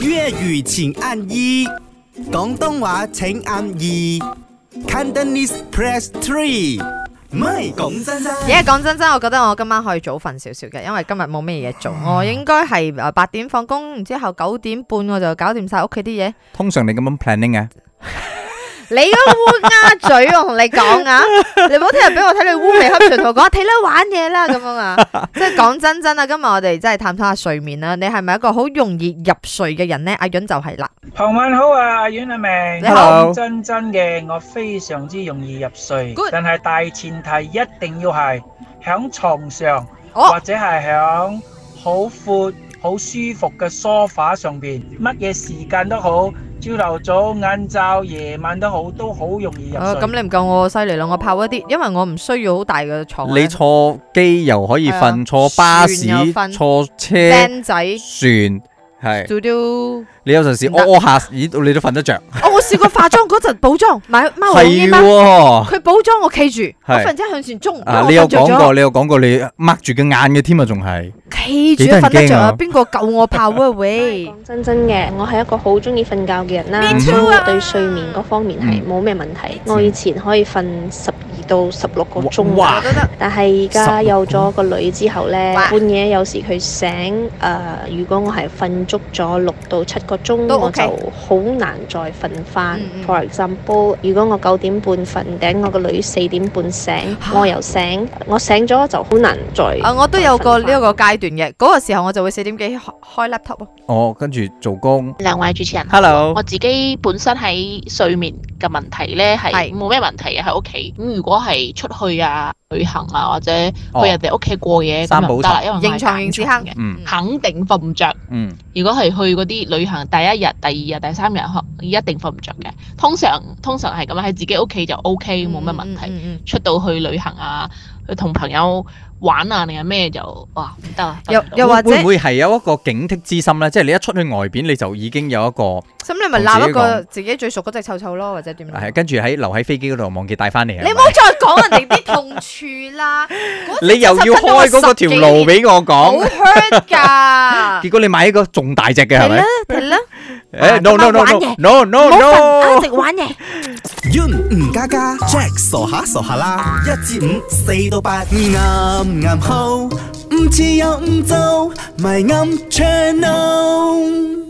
粤语请按一，广东话请按二，Cantonese press three。唔係講真真，而家講真真，我覺得我今晚可以早瞓少少嘅，因為今日冇咩嘢做。我應該係誒呃八點放工，然之後九點半我就搞掂晒屋企啲嘢。通常你咁樣 planning 啊，你嗰個烏鴉嘴，我同你講 啊，你唔好聽日俾我睇你烏眉瞌睡，同我講睇啦 玩嘢啦咁樣啊。即係講真真啊，今日我哋真係探討下睡眠啦。你係咪一個好容易入睡嘅人呢？阿潤就係啦。傍晚好啊，阿阮阿明，你好講真真嘅，我非常之容易入睡 Good，但係大前提一定要係響床上，哦或者係響好闊、好舒服嘅梳化上邊，乜嘢時間都好，朝頭早、晏晝、夜晚都好，都好容易入哦睡。咁你唔夠我犀利咯，我怕一啲，因為我唔需要好大嘅床啊。你坐機又可以係啊瞓，坐巴士船又瞓、坐車、靚 仔船，係 studio。你有陣時唔得屙屙下，咦你都瞓得着，哦，我試過化妝嗰陣補妝，買貓王係煙啦。喎。 佢補妝我企住，我係瞓然之後向前衝，啊！因你為有我瞓着講過，咗，你有講過，你擘住個眼嘅添啊，仲係企住幾得人瞓得着啊！驚啊邊個救我炮啊？ 喂！講真真嘅，我係一個好中意瞓覺嘅人啦 Me， too 我對睡眠嗰方面嗯係冇咩問題。嗯我以前可以瞓十二到十六個鐘哇我覺得但係而家16有咗個女之後呢，哇半夜有時佢醒，誒、如果我係瞓足咗六到七個鐘，都我 OK 就好難再瞓翻嗯。嗯 For example，如果我九點半瞓頂，我個女四點半醒，我又醒，我醒咗就好難再。啊，我都有過再瞓呢返一個階段嘅，嗰個時候我就會四點幾開開 laptop 咯。哦，跟住做工。兩位主持人 Hello，我自己本身喺睡眠嘅問題呢，係嗯係冇咩問題嘅喺屋企。咁如果係出去啊、旅行啊，或者哦去人哋屋企過夜三咁寶就唔得啦，因為我認係床硬認屎床坑嘅，嗯肯定瞓唔着。嗯，如果係去嗰啲旅行第一日、第二日、第三日，可一定瞓唔着嘅。通常通常係咁啊樣喺自己屋企就 O K，冇乜問題。嗯。嗯嗯出到去旅行啊，去同朋友玩啊，定係咩就哇唔得啊！瞓唔又到又或者會唔會係有一個警惕之心咧？即係你一出去外邊，你就已經有一個咁你咪鬧一同個自自己最熟嗰只臭臭咯，或者點咯？係跟住喺留喺飛機嗰度忘記帶翻嚟。係你咪唔好再講人哋啲痛處啦。嗰你又要開嗰個條路俾我好講， hurt 㗎。結果你買一個仲大隻嘅係係啦咪？，係啦，誒，no Eh, no no no no 唔 no 好瞓，啊 no，直玩嘢。 Yun 吳家家 Jack 傻下傻下啦，一至五四到八，啱啱好，唔似又唔做，咪啱 channel。